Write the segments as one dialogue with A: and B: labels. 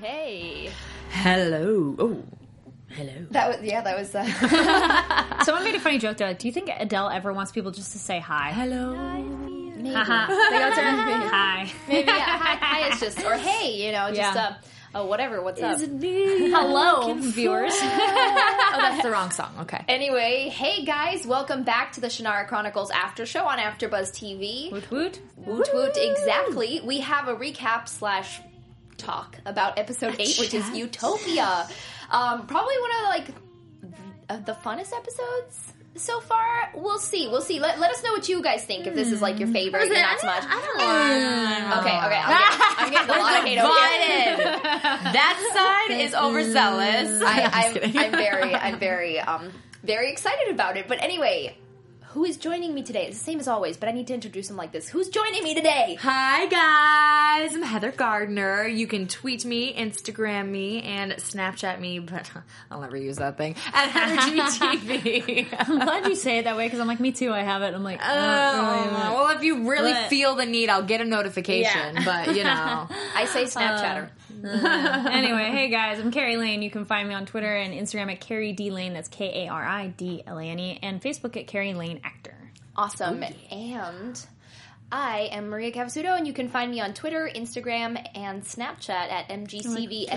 A: Hey.
B: Hello. Oh, hello.
A: That was yeah, that was uh,
C: Someone made a funny joke though. Do you think Adele ever wants people just to say hi?
B: Hello.
C: Haha.
A: the alternative.
C: hi.
A: Maybe yeah, hi, hi is just or hey, you know, just
C: Yeah.
A: uh, uh, whatever, what's up?
C: Hello, viewers.
A: oh, that's the wrong.
B: Song. Okay.
A: Anyway, hey guys, welcome back to the Shannara Chronicles after show on AfterBuzz TV.
C: woot woot.
A: Woot woot, exactly. We have a recap slash talk about episode eight, which is Utopia. Um, probably one of like of the funnest episodes so far. We'll see. We'll see. Let, let us know what you guys think. If this is Hmm. like your favorite, or not so much. Okay, okay. I'm getting, I'm getting a lot of hate over here.
B: that side is overzealous.
A: I, I'm, I'm very, I'm very, um, very excited about it. But anyway, who is joining me today? It's the same as always, but I need to introduce him like this. Who's joining me today?
B: Hi guys, I'm Heather Gardner. You can tweet me, Instagram me, and Snapchat me, but I'll never use that thing. At HeatherGTV.
C: I'm glad you say it that way because I'm like, me too. I have it. I'm like, oh,
B: Oh, well, if you really
C: What?
B: feel the need, I'll get a notification.
C: Yeah.
B: But you know,
A: I say Snapchatter.
C: anyway, hey guys, I'm Carrie Lane. You can find me on Twitter and Instagram at Carrie D Lane. That's K A R I D L A N E, and Facebook at Carrie Lane Actor.
A: awesome. And I am Maria Cavasudo, and you can find me on Twitter, Instagram, and Snapchat at MGCVFST.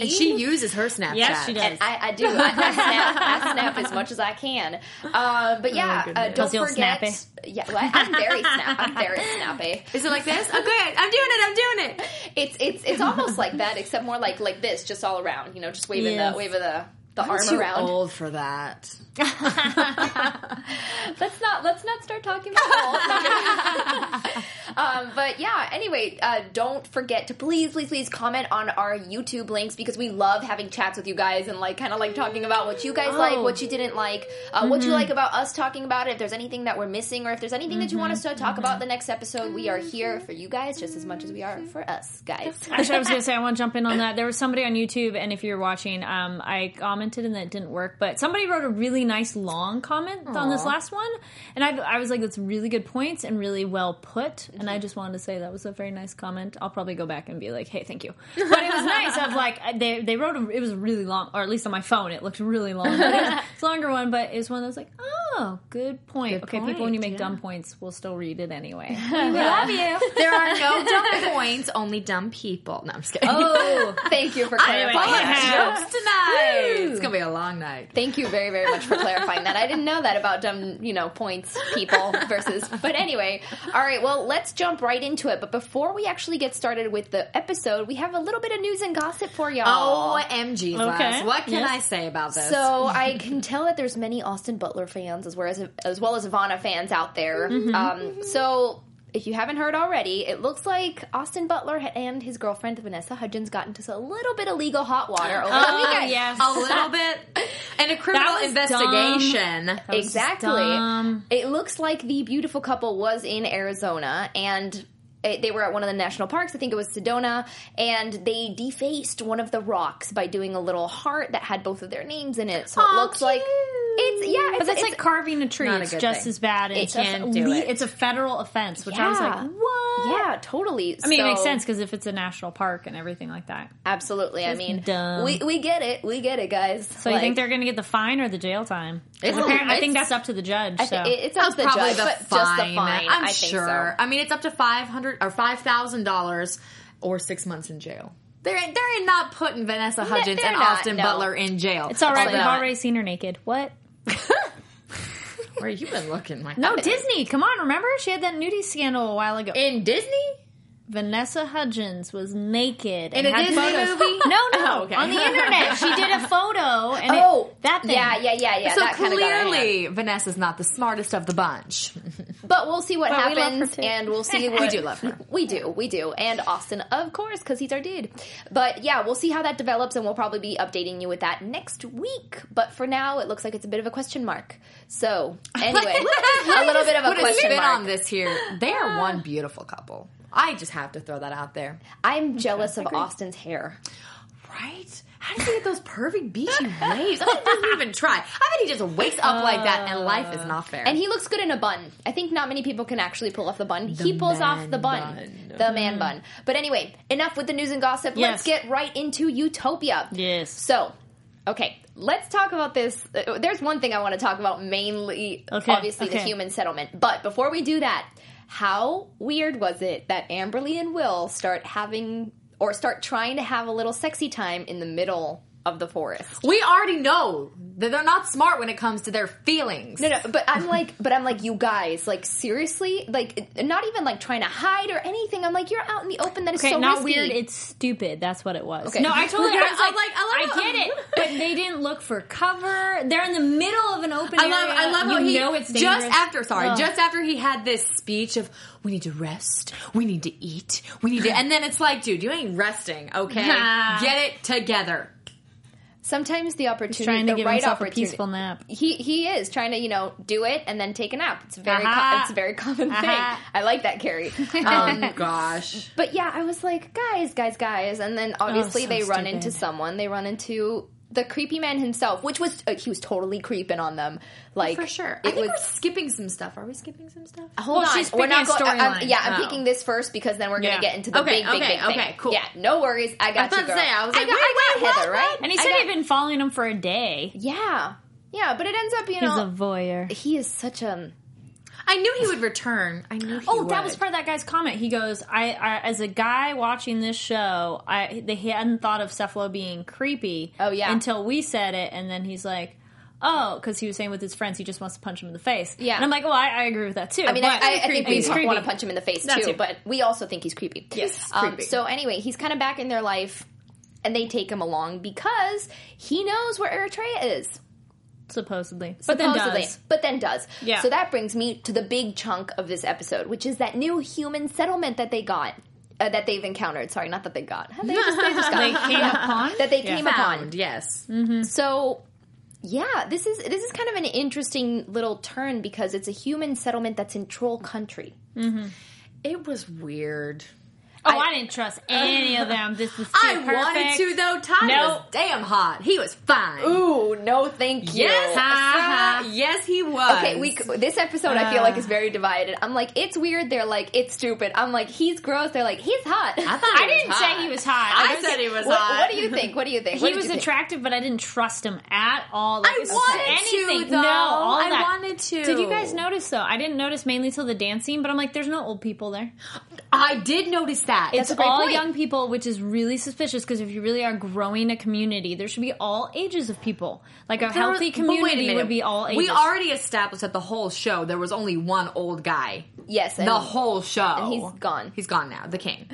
B: and she uses her Snapchat.
C: Yes, she does.
A: And I, I do. I, I, snap, I snap as much as I can. Uh, but yeah, uh, don't
C: Because you're
A: forget.
C: snappy.
A: Yeah, well, I'm very snap. I'm very snappy.
B: Is it like this? Okay, I'm doing it. I'm doing it.
A: It's it's it's almost like that, except more like like this, just all around. You know, just waving
C: Yes.
A: the waving the the arm
B: Too
A: around.
B: old for that.
A: Let's not let's not start talking about all- um, but yeah, anyway, uh, don't forget to please, please, please comment on our YouTube links because we love having chats with you guys and like kind of like talking about what you guys like, what you didn't like, uh, what you
C: Mm-hmm.
A: like about us talking about it. If there's anything that we're missing or if there's anything that you want us
C: Mm-hmm.
A: to talk about the next episode, we are here for you guys just as much as we are for us guys.
C: Actually, I was going to say, I want to jump in on that. There was somebody on YouTube, and if you're watching, um, I commented and that didn't work, but somebody wrote a really nice long comment on this last one. And I, I was like, that's really good points and really well put. And I just wanted to say that was a very nice comment. I'll probably go back and be like, hey, thank you. But it was nice. Of like, I- they, they wrote a, it was really long, or at least on my phone, it looked really long. But it was, it's a longer one, but it's one that was like, oh, good point. okay, people, when you make dumb points, will still read it anyway.
B: There are no dumb points, only dumb people. No, I'm just kidding.
A: Oh, thank you for clarifying.
C: Anyway,
A: that.
C: yeah.
B: jokes tonight. It's gonna be a long night.
A: Thank you very, very much for clarifying that. I didn't know that about dumb, you know, points, people versus. But anyway, all right, well, let's jump right into it. But before we actually get started with the episode, we have a little bit of news and gossip for
B: Oh,
A: y'all.
B: OMG,
C: Okay.
B: Laz. What can
C: Yes.
B: I say about this?
A: Oh, so I can tell that there's many Austin Butler fans as well as as well as Ivana fans out there. Um, so if you haven't heard already, it looks like Austin Butler and his girlfriend Vanessa Hudgens got into a little bit of legal hot water over the weekend.
C: yes.
B: a little bit and a criminal
C: was
B: investigation.
C: was just
A: Exactly.
C: dumb.
A: It looks like the beautiful couple was in Arizona and it, they were at one of the national parks. I think it was Sedona, and they defaced one of the rocks by doing a little heart that had both of their names in it. So it
B: Aw,
A: looks like it's yeah, it's,
C: But that's
A: it's-
C: like carving a tree.
B: not a
C: It's
B: good
C: just
B: thing.
C: as bad. and
A: It
C: It's just
B: can't
C: a
B: do
C: le-
B: it.
C: It's a federal offense, which I was
A: Yeah.
C: like, what?
A: yeah, totally.
C: I mean, it makes sense because if it's a national park and everything like that.
A: Absolutely. I
C: Just
A: mean,
C: dumb.
A: we we get it, we get it, guys.
C: So you think they're going to get the fine or the jail time?
B: It's-
C: Appar- I think
B: it's-
C: that's up to the judge.
A: I
C: so.
A: think it, it's not the
B: Probably
A: judge,
B: the
A: but
B: fine.
A: just the fine.
B: I'm
A: I think
B: sure.
A: so.
B: I mean, it's up to five hundred or five thousand dollars or six months in jail. They're they're not putting Vanessa Hudgens
A: they're
B: and
A: not,
B: Austin
A: no.
B: Butler in jail.
C: It's all right.
B: Also
C: We've
B: not.
C: already seen her naked. What?
B: Where you been looking? My
C: No,
B: God.
C: Oh, Disney. Come on, remember she had that nudie scandal a while ago.
B: in Disney.
C: Vanessa Hudgens was naked
B: In
C: and
B: a
C: had
B: Disney
C: photos.
B: movie?
C: No, no,
B: Oh, okay.
C: on the internet she did a photo and it-
A: Oh,
C: that thing.
A: Yeah, yeah, yeah, yeah.
B: so
A: that kinda got out of hand.
B: clearly, Vanessa's not the smartest of the bunch.
A: but we'll see what
C: But we love her
A: happens,
C: too.
A: and we'll see.
B: We
A: What,
B: do love her.
A: We do, we do, and Austin, of course, because he's our dude. But yeah, we'll see how that develops, and we'll probably be updating you with that next week. But for now, it looks like it's a bit of a question mark. So anyway, a little bit of a
B: Put a
A: question
B: spin
A: mark.
B: on this here. They are one beautiful couple. I just have to throw that out there.
A: I'm jealous of Austin's hair.
B: Right? How does he get those perfect beachy waves? I bet he doesn't even try. I bet he just wakes up like that, and life is not fair.
A: And he looks good in a bun. I think not many people can actually pull off the bun. he pulls off
B: man
A: the bun.
B: bun.
A: The man bun. But anyway, enough with the news and gossip. Let's
C: Yes.
A: get right into Utopia.
C: Yes.
A: So, okay, let's talk about this. Uh, There's one thing I want to talk about mainly,
C: Okay,
A: obviously, the
C: okay.
A: human settlement. But before we do that, how weird was it that Amberly and Will start having or start trying to have a little sexy time in the middle of the forest?
B: we already know that they're not smart when it comes to their feelings.
A: No, no, but I'm like, but I'm like, you guys, like, seriously, like, not even like trying to hide or anything. I'm like, you're out in the open. That is
C: Okay,
A: so
C: not
A: risky.
C: weird. It's stupid. That's what it was.
A: Okay.
C: No, I totally. I was
B: I
C: like,
B: like- I
C: I,
B: love-
C: get it, but they didn't look for cover. They're in the middle of an open
B: I love,
C: area.
B: I love
C: you
B: how he
C: know it's dangerous.
B: just after. Sorry,
C: Ugh.
B: just after he had this speech of we need to rest, we need to eat, we need to, and then it's like, dude, you ain't resting, okay? Get it together.
A: Sometimes the opportunity,
C: trying to
A: the
C: give
A: right
C: himself a
A: opportunity.
C: peaceful nap.
A: He he is trying to you know do it and then take a nap. It's a very
C: Uh-huh.
A: co- it's a very common
C: Uh-huh.
A: thing. I like that, Carrie.
B: Um,
C: Oh,
B: gosh,
A: But yeah, I was like, guys, guys, guys, and then obviously
C: Oh, so
A: they run
C: stupid.
A: into someone. They run into the creepy man himself, which was uh, he was totally creeping on them, like
B: for sure. I
A: It
B: think
A: was
B: we're skipping some stuff. Are we skipping some stuff?
A: Hold
C: Well,
A: on,
C: she's
A: we're not
C: picking a
A: going. I'm-
C: storyline.
A: yeah, I'm
C: Oh.
A: picking this first because then we're gonna
C: Yeah.
A: get into the
B: Okay,
A: big, big,
B: okay,
A: big thing.
B: okay, cool.
A: Yeah, no worries. I got
B: was
A: you,
B: about
A: girl.
B: to say, I was like,
A: got,
B: wait,
A: I got
B: wait,
A: Heather,
B: what?
A: right?
C: And he
A: I
C: said
A: got-
C: he'd been following him for a day.
A: yeah, yeah, but it ends up, you
C: He's
A: know,
C: a voyeur.
A: he is such a.
B: I knew he would return. I knew. He
C: Oh, that
B: would.
C: was part of that guy's comment. He goes, I, "I as a guy watching this show, I they he hadn't thought of Cephalo being creepy.
A: Oh, yeah.
C: until we said it, and then he's like." Oh, because he was saying with his friends, he just wants to punch him in the face.
A: Yeah.
C: and I'm like, well, I, I agree with that too.
A: I mean, I, I, I think
C: he's
A: we
C: creepy.
A: want to punch him in the face
C: That's
A: too,
C: it.
A: but we also think he's creepy.
B: Yes,
A: Um,
B: creepy.
A: So anyway, he's kind of back in their life, and they take him along because he knows where Eritrea is.
C: supposedly, but then
A: supposedly,
C: does.
A: but then does.
C: Yeah.
A: So that brings me to the big chunk of this episode, which is that new human settlement that they got, uh, that they've encountered. Sorry, not that they got. They just, they just got.
C: They came upon.
A: that they came upon.
B: Found, yes.
A: So, yeah, this is this is kind of an interesting little turn because it's a human settlement that's in troll country.
B: It was weird.
C: Oh, I, didn't trust any of them. This is so
B: I
C: perfect.
B: wanted to though. Todd
C: No.
B: was damn hot. He was fine.
A: Ooh, no, thank you.
B: Yes, Uh-huh. ha, ha. yes, he was.
A: Okay, we c- this episode I feel like is very divided. I'm like it's weird. They're like it's stupid. I'm like he's gross. They're like he's hot.
B: I thought
C: I
B: he was
C: didn't
B: hot.
C: say he was hot.
B: I,
C: I was-
B: said he was
A: what,
B: hot.
A: what do you think? What do you think? What
C: he
A: did
C: was
A: you think?
C: attractive, but I didn't trust him at all. Like,
B: I
C: it's
B: wanted
C: anything.
B: to, though.
C: No, all
B: I
C: that.
B: wanted to.
C: Did you guys notice though? I didn't notice mainly till the dancing, but I'm like, there's no old people there.
B: I did notice that.
C: It's
A: a great
C: all
A: point.
C: young people, which is really suspicious because if you really are growing a community, there should be all ages of people. Like a
B: There was-
C: healthy
B: but wait a
C: community
B: minute.
C: would be all ages.
B: We already established that the whole show there was only one old guy.
A: Yes, and,
B: The whole show. And
A: he's gone.
B: He's gone now. The king.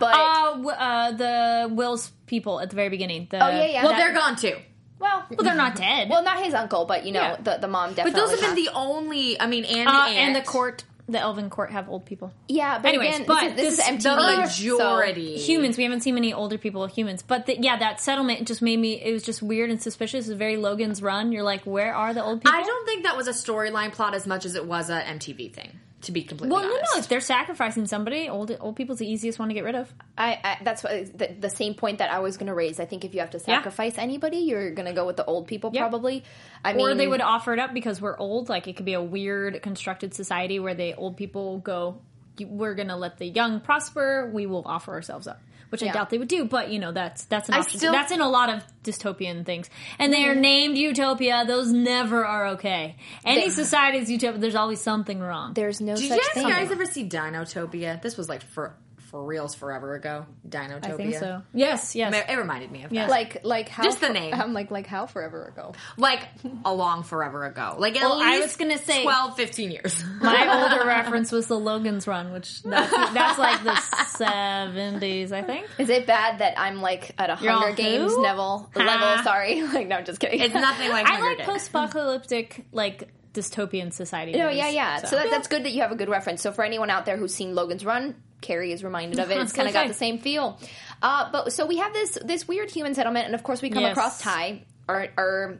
A: but
B: um,
C: uh, w- uh, the Will's people at the very beginning. The,
A: Oh, yeah, yeah.
B: Well,
A: That-
B: they're gone too.
A: well,
C: Well, they're not dead.
A: well, not his uncle, but you know
C: Yeah.
A: the the mom
B: But
A: definitely.
B: those have been
A: has-
B: the only. I mean, and
C: Uh,
B: the
C: and the
B: aunt.
C: court, the Elven court, have old people.
A: yeah. But
C: Anyways,
A: again,
C: but
A: this, is,
C: this-
A: this, is
B: The
A: MTV.
B: majority.
C: humans. We haven't seen many older people. Humans, but the, yeah, that settlement just made me. It was just weird and suspicious. It was very Logan's Run. You're like, where are the old people?
B: I don't think that was a storyline plot as much as it was a MTV thing. To be completely
C: Well, no,
B: honest.
C: no. If they're sacrificing somebody, old old people's the easiest one to get rid of.
A: So I, I that's what the, the same point that I was going to raise. I think if you have to sacrifice anybody, you're going to go with the old people
C: Yeah.
A: probably. I mean,
C: Or they would offer it up because we're old. Like it could be a weird constructed society where the old people go, "We're going to let the young prosper. We will offer ourselves up," which I
A: Yeah.
C: doubt they would do. But you know, that's that's an
B: I
C: option.
B: still-
C: that's in a lot of dystopian things, and they are named utopia. Those never are okay. Any
A: They-
C: society is utopia. There's always something wrong.
A: There's no
B: Did
A: such
B: you guys,
A: thing.
B: guys ever see Dinotopia? This was like for for reals forever ago. Dinotopia.
C: I think so. Yes, yes.
B: It reminded me of that.
A: Like like how
B: Just the
A: fo-
B: name.
A: I'm like like how forever ago.
B: Like a long forever ago. Like at
C: Well, I
B: least
C: was gonna say-
B: 12, 15 years.
C: My older reference was the Logan's Run, which that's, that's like the seventies, I think.
A: Is it bad that I'm like at a
C: You're
A: Hunger
C: all
A: Games
C: who?
A: level
C: Ha.
A: level? Sorry, like no, I'm just kidding.
B: It's nothing like
C: I
B: Hunger
C: like
B: Games.
C: post-apocalyptic, like dystopian society.
A: No,
C: movies,
A: yeah, yeah. So, that, that's good that you have a good reference. So for anyone out there who's seen Logan's Run, Carrie is reminded of it. It's kind of got
C: Okay.
A: the same feel. Uh, but so we have this this weird human settlement, and of course we come
C: Yes.
A: across Ty, our, our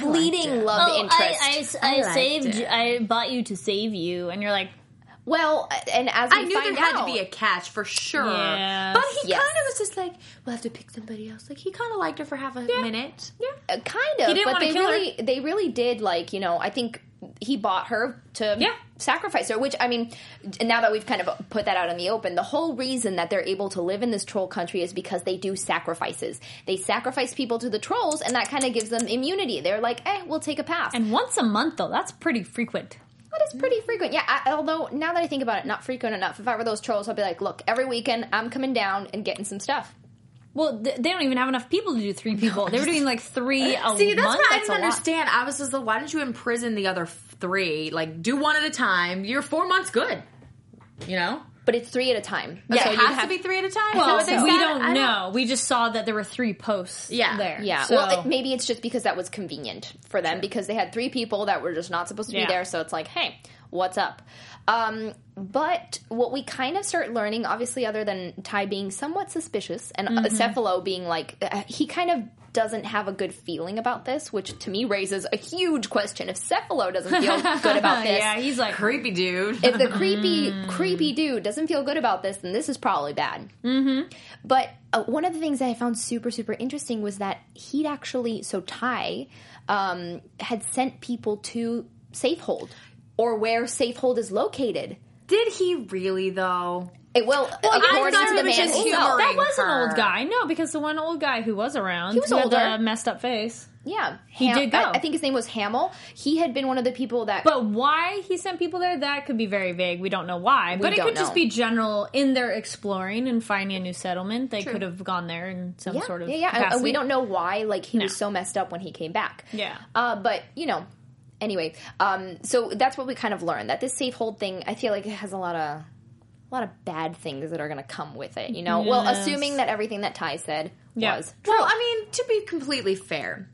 A: fleeting love interest.
C: Oh, I, I, saved. I bought you to save you, and you're like,
A: well, and as we
B: I knew there
A: find
B: had
A: out,
B: to be a catch for sure.
C: Yes.
B: But he
A: Yes.
B: kind of was just like, we'll have to pick somebody else. Like he kind of liked her for half a minute. Yeah.
A: Uh, kind of,
C: didn't
A: but
C: wanna
A: they
C: kill her.
A: really they really did like you know I think he bought her to
C: Yeah.
A: sacrifice her which i mean d- now that we've kind of put that out in the open the whole reason that they're able to live in this troll country is because they do sacrifices they sacrifice people to the trolls and that kind of gives them immunity they're like eh we'll take a pass
C: and once a month though, that's pretty frequent.
A: that is pretty frequent yeah I, although now that i think about it not frequent enough if i were those trolls i'd be like look every weekend i'm coming down and getting some stuff
C: Well, th- they don't even have enough people to do three people. they were doing like three a
B: See, that's
C: month.
B: what I
C: That's a
B: didn't
C: lot.
B: understand. I was just like, why didn't you imprison the other f- three? Like, do one at a time. You're four months good. You know?
A: but it's three at a time
B: Yeah,
A: So
B: it
A: you'd
B: has
A: have-
B: to be three at a time.
C: Well,
B: Is that what
C: we
B: they said?
C: don't
B: I
C: know. We just saw that there were three posts.
B: Yeah.
C: there.
A: Yeah.
C: So-
A: Well, it, maybe it's just because that was convenient for them because they had three people that were just not supposed to
C: Yeah.
A: be there. So it's like, hey, what's up? Um, but what we kind of start learning, obviously, other than Ty being somewhat suspicious and uh
C: Mm-hmm.
A: Cephalo being like, uh, he kind of doesn't have a good feeling about this, which to me raises a huge question. If Cephalo doesn't feel good about this,
C: uh, yeah, he's like,
B: Creepy dude.
A: if the creepy creepy dude doesn't feel good about this then this is probably bad mm-hmm. but uh, one of the things that i found super super interesting was that he'd actually so ty um, had sent people to safehold or where safehold is located
B: Did he really though?
A: it, well, according
B: thought
A: to
B: it
A: the
B: was
A: man
B: just
A: himself.
B: humor.
C: that was an
B: her.
C: old guy. No, because the one old guy who was around, he
A: was
C: with the
A: older.
C: messed up face.
A: yeah
C: He
A: Ham-
C: did go.
A: I, I think his name was hamill he had been one of the people that
C: But why he sent people there, that could be very vague. We don't know why. But it
A: don't
C: could just
A: know.
C: be general in their exploring and finding a new settlement. They could have gone there in some
A: yeah,
C: sort of
A: yeah, yeah. And- And
C: capacity.
A: we don't know why, like he was so messed up when he came back.
C: Yeah.
A: Uh, but you know, anyway, um, so that's what we kind of learned that this safe hold thing. I feel like it has a lot of a lot of bad things that are going to come with it. You know, well,
C: Yes.
A: assuming that everything that Ty said
C: Yeah.
A: was
B: Well, I mean, to be completely fair,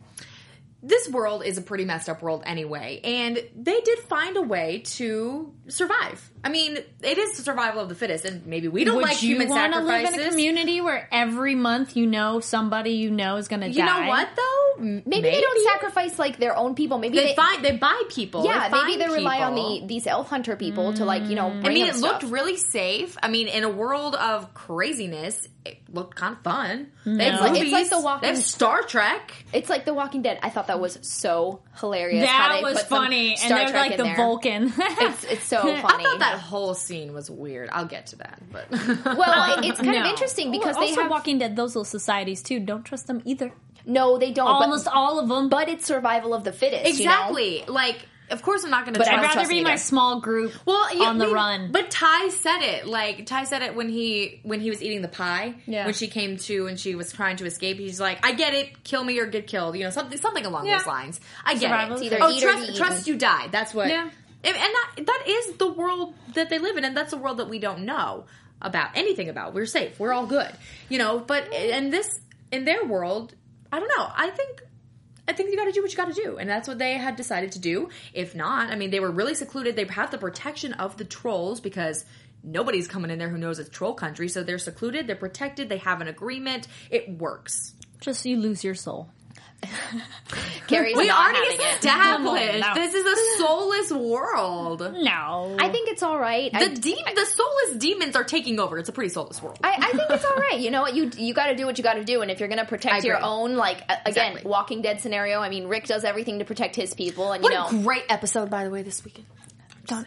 B: this world is a pretty messed up world anyway, and they did find a way to survive. I mean, it is the survival of the fittest, and maybe we don't
C: Would
B: like
C: you
B: human
C: wanna
B: sacrifices.
C: live in a community where every month you know somebody you know is going to die?
B: you know what though? Maybe,
A: maybe, they don't sacrifice like their own people. Maybe
B: They,
A: they,
B: find they buy people.
A: yeah,
B: they find
A: maybe they rely
B: people.
A: on the these elf hunter people to like you know.
C: Mm.
A: Bring
B: I mean, it
A: them stuff.
B: looked really safe. I mean, in a world of craziness, it looked kind of fun. They have
C: It's like-
B: movies,
A: it's like The Walking-
B: they have Star Trek.
A: It's like The Walking Dead. I thought that was so hilarious. how
C: That
A: they
C: was
A: put some
C: funny. And
A: Star
C: they're
A: Trek
C: like
A: in
C: the
A: there.
C: Vulcan.
A: It's, it's so funny.
B: I thought that whole scene was weird. I'll get to that, but Um,
A: Well, it- it's kind
C: No.
A: of interesting because
C: Well,
A: they
C: also
A: have
C: Walking Dead. Those little societies too. Don't trust them either.
A: no, they don't. Oh, but-
C: Almost all of them.
A: but it's survival of the fittest. you know?
B: exactly. Like, of course, I'm not going to.
A: But
C: I'd
A: I don't
C: rather
A: trust
C: be
A: them
C: my
A: either.
C: small group.
B: Well, yeah,
C: on the
B: we-
C: run.
B: But Ty said it. Like Ty said it when he when he was eating the pie.
C: Yeah.
B: When she came to and she was trying to escape, he's like, "I get it. Kill me or get killed." You know, something something along
C: Yeah.
B: those lines. I get
C: Survival
B: it.
C: It's either
B: oh,
A: eat or
B: trust
A: be
B: trust you die. That's what.
C: Yeah.
B: And and that that is the world that they live in, and that's a world that we don't know about anything about. We're safe. We're all good. You know. But in this in their world, I don't know. I think I think you got to do what you got to do, and that's what they had decided to do. If not, I mean, they were really secluded. They have the protection of the trolls because nobody's coming in there who knows it's troll country. So they're secluded, they're protected, they have an agreement. It works.
C: Just you lose your soul.
A: Carrie's
B: we
A: not
B: already
A: having it.
B: established
C: No.
B: this is a soulless world. The
C: No,
A: I think it's all right. I,
B: de- the soulless demons are taking over. It's a pretty soulless world.
A: I, I think it's all right. You know what? You you got to do what you got to do, and if you're going to protect your
B: agree.
A: own, like a- again,
B: Exactly.
A: Walking Dead scenario. I mean, Rick does everything to protect his people, and
B: what
A: you know,
B: a great episode, by the way, this weekend.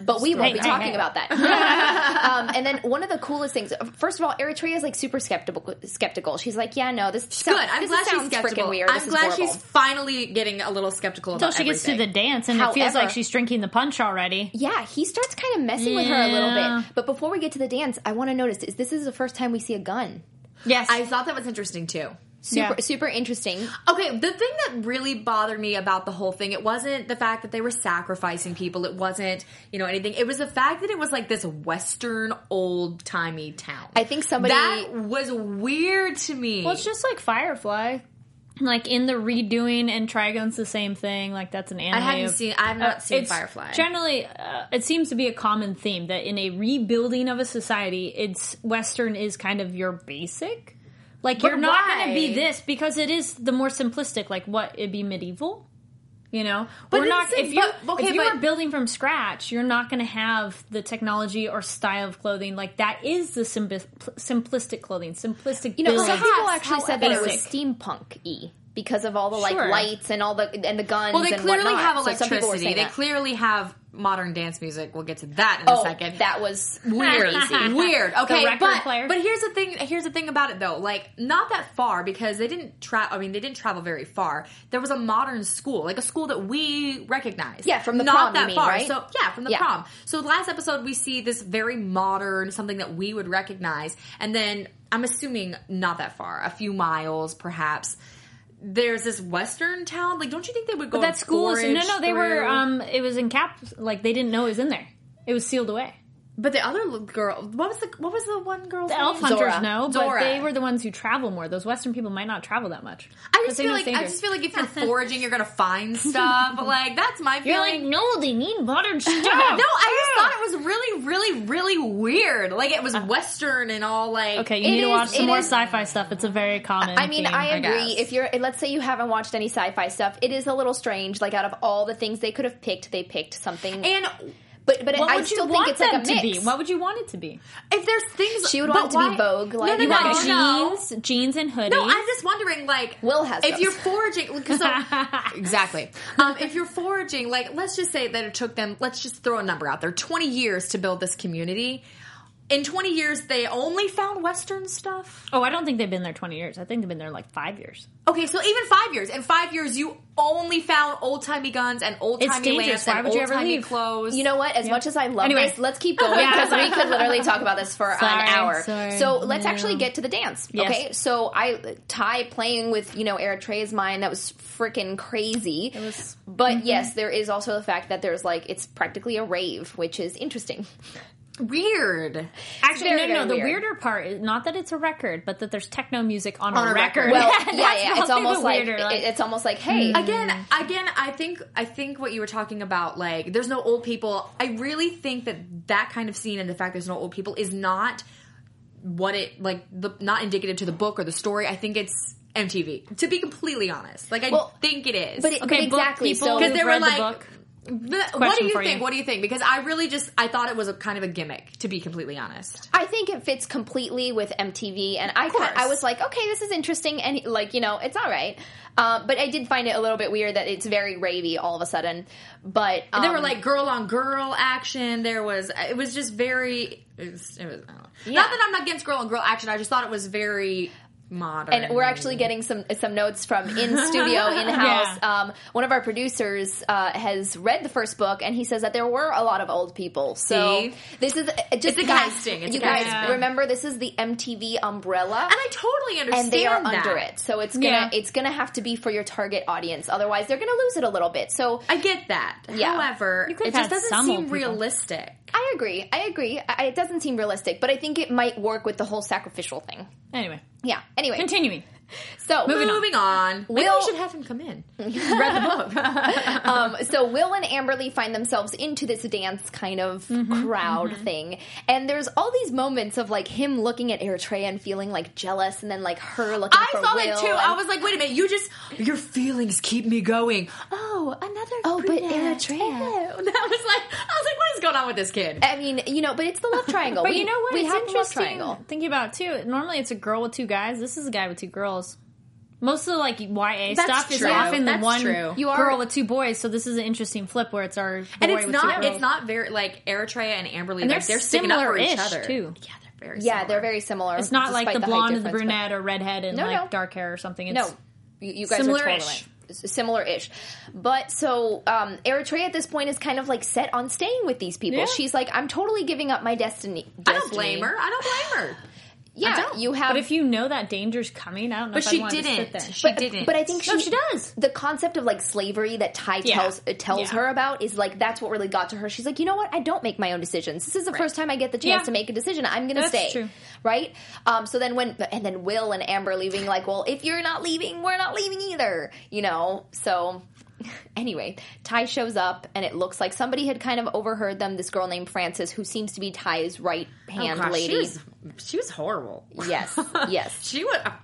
A: but we won't be
C: Hey, hey,
A: talking
C: hey.
A: about that. um, and then one of the coolest things, first of all, Eritrea is like super skeptical. Skeptical. She's like, yeah, no, this
B: Good.
A: sounds,
B: I'm
A: this
B: glad she's
A: sounds
B: skeptical.
A: freaking weird.
B: I'm
A: This is
B: glad
A: horrible."
B: she's finally getting a little skeptical
C: Until
B: about
C: she gets to the
B: everything.
C: dance and it feels
A: However-
C: like she's drinking the punch already.
A: Yeah, he starts kind of messing with her a little
C: Yeah.
A: bit. But before we get to the dance, I want to notice is this is the first time we see a gun.
C: Yes.
B: I thought that was interesting too.
A: Super,
C: Yeah.
A: super interesting.
B: Okay, the thing that really bothered me about the whole thing, it wasn't the fact that they were sacrificing people. It wasn't, you know, anything. It was the fact that it was like this Western old timey town.
A: I think somebody-
B: that was weird to me.
C: Well, it's just like Firefly. Like in the redoing, and Trigon's the same thing. Like that's an anime.
B: I haven't
C: of-
B: seen. I've
A: uh,
B: not seen
C: Uh, It's
B: Firefly.
C: Generally, uh, it seems to be a common theme that in a rebuilding of a society, it's Western is kind of your basic. Like
B: But
C: you're not going
B: why?
C: to be this because it is the more simplistic. Like what it'd be medieval, you know.
B: But
C: We're
B: that's
C: not
B: the thing,
C: if you
B: but- okay,
C: if you
B: but-
C: are building from scratch, you're not going to have the technology or style of clothing. Like that is the simbi- pl- simplistic clothing, simplistic.
A: You know,
C: building.
A: some people actually said that it was
C: Basic.
A: steampunk y because of all the like
C: Sure.
A: lights and all the and the guns.
B: well, they
A: and
B: clearly
A: whatnot.
B: have
A: So some people were
B: electricity.
A: saying
B: They
A: that.
B: clearly have modern dance music. We'll get to that in
A: Oh,
B: a second.
A: that was
B: weird.
A: Crazy.
B: Weird. Okay,
C: record
B: but
C: player.
B: but here's the thing. Here's the thing about it though. Like not that far because they didn't travel. I mean, they didn't travel very far. There was a modern school, like a school that we recognize.
A: Yeah, from the
B: not
A: prom, you
B: that
A: mean,
B: far.
A: right?
B: So yeah, from the
A: Yeah.
B: prom. So last episode we see this very modern something that we would recognize, and then I'm assuming not that far, a few miles perhaps. There's this western town. Like, don't you think they would go?
C: But that
B: and
C: school is no,
B: forage
C: no. They were.
B: through-
C: Um, it was in cap. Like they didn't know it was in there. It was sealed away.
B: But the other girl, what was the what was the one girl's
C: The
B: name?
C: elf hunters know, but
B: Zora.
C: they were the ones who travel more. Those Western people might not travel that much.
B: I
C: 'Cause
B: just
C: they
B: feel
C: know
B: like I
C: standards.
B: just feel like if you're foraging, you're gonna find stuff. like that's my
C: You're
B: feeling.
C: like, no, they need modern stuff.
A: oh.
B: no, I just thought it was really, really, really weird. Like it was
A: Uh,
B: Western and all. Like
C: Okay,
A: It
C: you need
A: is-
C: to watch
A: it
C: some more
A: is-
C: sci-fi stuff. It's a very common.
A: I mean,
C: theme,
A: I agree.
C: guess.
A: if you're, let's say you haven't watched any sci-fi stuff, it is a little strange. Like out of all the things they could have picked, they picked something.
B: and
A: but but
C: what
A: I
C: would
A: still
C: you
A: think
C: want
A: it's like a
C: them
A: mix.
C: to be? What would you want it to be?
B: if there's things
A: She would want it
B: but
A: to be
B: why-
A: Vogue, like-
B: no, no,
A: You
B: no,
A: want
C: Like
B: no.
C: jeans, jeans and hoodies.
B: No, I'm just wondering, like,
A: Will has
B: if
A: those.
B: you're foraging, 'cause so- exactly. Um, if you're foraging, like, let's just say that it took them, let's just throw a number out there, 20 years to build this community. In 20 years, they only found Western stuff.
C: oh, I don't think they've been there 20 years. I think they've been there like five years.
B: Okay, so even five years. In five years, you only found old timey guns and old
C: It's
B: timey
C: dangerous.
B: lamps
C: Why
B: and
C: would
B: old
C: you ever
B: timey
C: leave?
B: clothes.
A: You know what? As much as I love
C: Anyway.
A: this, let's keep going because we could literally talk about this for
C: Sorry,
A: an hour.
C: sorry.
A: So let's
C: Yeah.
A: actually get to the dance.
C: Yes.
A: Okay. So I Ty playing with you know Eritrea's mind that was freaking crazy. It
C: was- mm-hmm.
A: But yes, there is also the fact that there's like it's practically a rave, which is interesting.
B: weird.
C: Actually,
A: very,
C: no, no.
A: very
C: The
A: weird.
C: weirder part is not that it's a record, but that there's techno music on,
B: On
C: a,
B: a record.
C: record.
A: Well, yeah,
C: That's
A: yeah. It's
C: nothing
A: almost
C: but
A: like,
C: weirder, mm-hmm.
A: it- it's almost like hey,
B: Again, again, I think I think what you were talking about, like there's no old people. I really think that that kind of scene and the fact there's no old people is not what it like the not indicative to the book or the story. I think it's MTV. To be completely honest, like I
A: Well,
B: think it is.
A: but, it, but
C: okay, book
A: exactly.
C: people
A: So
C: who've
B: because they were
C: read the
B: like,
C: book.
B: "Th- what do
C: Question
B: you
C: for
B: think?
C: you.
B: What do you think? Because I really just I thought it was a kind of a gimmick. To be completely honest,
A: I think it fits completely with MTV, and I
B: course.
A: kind I was like, okay, this is interesting, and like you know, it's all right. Um, but I did find it a little bit weird that it's very ravey all of a sudden. But um,
B: there were like girl on girl action. There was it was just very. It was, it was I don't know. not that I'm not against girl on girl action. I just thought it was very modern.
A: and we're actually getting some some notes from in studio in house. Um, one of our producers uh, has read the first book, and he says that there were a lot of old people. So
B: See?
A: this is uh, just
B: It's a
A: guys.
B: casting. It's
A: you
B: a
A: guys
B: casting.
A: remember this is the MTV umbrella.
B: And I totally understand.
A: and they are
B: that.
A: under it. So it's gonna
C: Yeah.
A: it's gonna have to be for your target audience. Otherwise, they're gonna lose it a little bit. So
B: I get that.
A: Yeah.
B: However,
C: could
B: it
C: have had
B: just doesn't
C: some
B: seem
C: old people.
B: realistic.
A: I agree. I agree. I, it doesn't seem realistic, but I think it might work with the whole sacrificial thing.
C: anyway,
A: Yeah. Anyway,
C: continuing.
A: so
B: Moving, on. Maybe
A: Will-
B: we should have him come in. He's read the book.
A: um, so Will and Amberly find themselves into this dance kind of
B: Mm-hmm.
A: crowd thing, and there's all these moments of like him looking at Eritrea and feeling like jealous, and then like her looking.
B: I
A: for
B: saw
A: Will
B: that too.
A: and-
B: I was like, wait a minute. You just your feelings keep me going. Oh, another.
A: Oh, but
B: brunette.
A: Eritrea.
B: Oh. And I was like, I was like, what is going on with this kid?
A: I mean, you know, but it's the love triangle.
C: But
A: We-
C: you know what?
A: We
C: it's
A: have the love
C: interesting
A: triangle.
C: thinking about it, too. Normally, it's a girl with two guys. This is a guy with two girls. Most of the like YA
B: That's
C: stuff is
B: true.
C: often the
B: That's
C: one
B: true.
C: you
B: You
C: are,
B: are-
C: girl with two boys. So this is an interesting flip where it's our boy
B: and it's
C: with
B: not
C: Two
B: it's
C: girls.
B: not very like Eritrea and Amberly.
C: And
B: like,
C: they're
B: they're sticking up for each
C: similar-ish,
B: other
C: too.
B: Yeah, they're very.
A: Yeah,
B: similar.
A: they're very similar.
C: It's not like
A: despite
C: the
A: height
C: blonde and the
A: difference, but-
C: brunette or redhead and
A: No,
C: like
A: no.
C: dark hair or something. It's,
A: No, you, you guys are
C: Similar-ish.
A: totally right. S- Similar-ish, but so um, Eritrea at this point is kind of like set on staying with these people.
C: Yeah.
A: She's like, I'm totally giving up my destiny.
B: I don't
A: destiny."
B: blame her. I don't blame her.
A: Yeah,
B: don't.
A: you have.
C: But if you know that danger's coming, I don't know.
B: But
C: if
B: she
C: I wanted To sit
B: didn't.
C: there.
B: She
A: but,
B: didn't.
A: but I think she,
C: No, she does.
A: The concept of like slavery that Ty
C: Yeah.
A: tells uh, tells
C: Yeah.
A: her about is like that's what really got to her. She's like, you know what? I don't make my own decisions. This is the first time I get the chance
C: Yeah.
A: to make a decision. I'm going to
C: That's
A: stay.
C: true.
A: Right. Um, so then when and then Will and Amber leaving, like, well, if you're not leaving, we're not leaving either. You know. So anyway, Ty shows up and it looks like somebody had kind of overheard them. This girl named Frances, who seems to be Ty's right hand
C: Oh,
B: gosh,
A: lady.
B: She was, she was horrible.
A: Yes, yes.
B: she was. I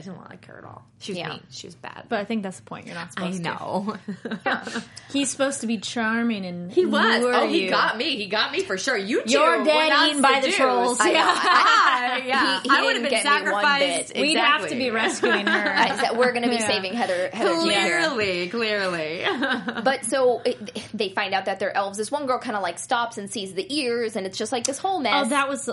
B: didn't like her at all. She was
A: Yeah.
B: mean. She was bad.
C: But I think that's the point. You're not
B: I
C: supposed to.
B: know.
C: He's supposed to be charming and
B: He was.
C: lure
B: Oh, he
C: you.
B: got me. He got me for sure. You two
C: You're
B: were
C: dead
B: not
C: eaten by the
B: seduced.
C: trolls.
B: I-
C: Yeah.
B: I- yeah.
A: He- he
B: I would
A: didn't
B: have been
A: get me one
B: sacrificed.
A: bit.
C: We'd have to be
B: Exactly.
C: rescuing her.
A: I said, we're going to be
C: Yeah.
A: saving Heather. Heather Jr.
B: Clearly, clearly.
A: But so it, they find out that they're elves. This one girl kind of like stops and sees the ears, and it's just like this whole mess.
C: oh, that was.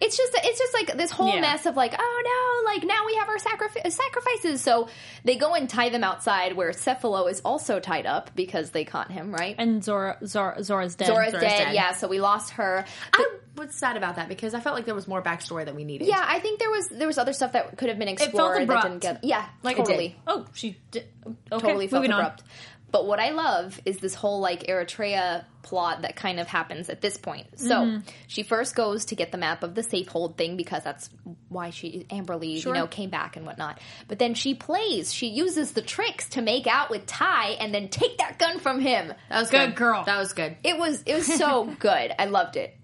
A: it's just it's just like this whole
C: Yeah.
A: mess of like, oh no, like now we have our sacrifi- sacrifices. So they go and tie them outside, where Cephalo is also tied up because they caught him, right?
C: And Zora, Zora, Zora's dead.
A: Zora's,
B: Zora's
A: dead.
B: dead.
A: yeah. So we lost her.
B: I was sad about that because I felt like there was more backstory that we needed.
A: Yeah, I think there was there was other stuff that could have been explored that
C: abrupt.
A: didn't get. Yeah,
C: Like
A: totally.
C: Oh, she did. Okay,
A: totally felt
C: moving on.
A: abrupt. But what I love is this whole like Eritrea plot that kind of happens at this point. So she first goes to get the map of the safe hold thing because that's why she Amberly you know came back and whatnot. But then she plays. She uses the tricks to make out with Ty and then take that gun from him.
B: that was
C: Good girl.
B: That was good.
A: It was it was so good. I loved it.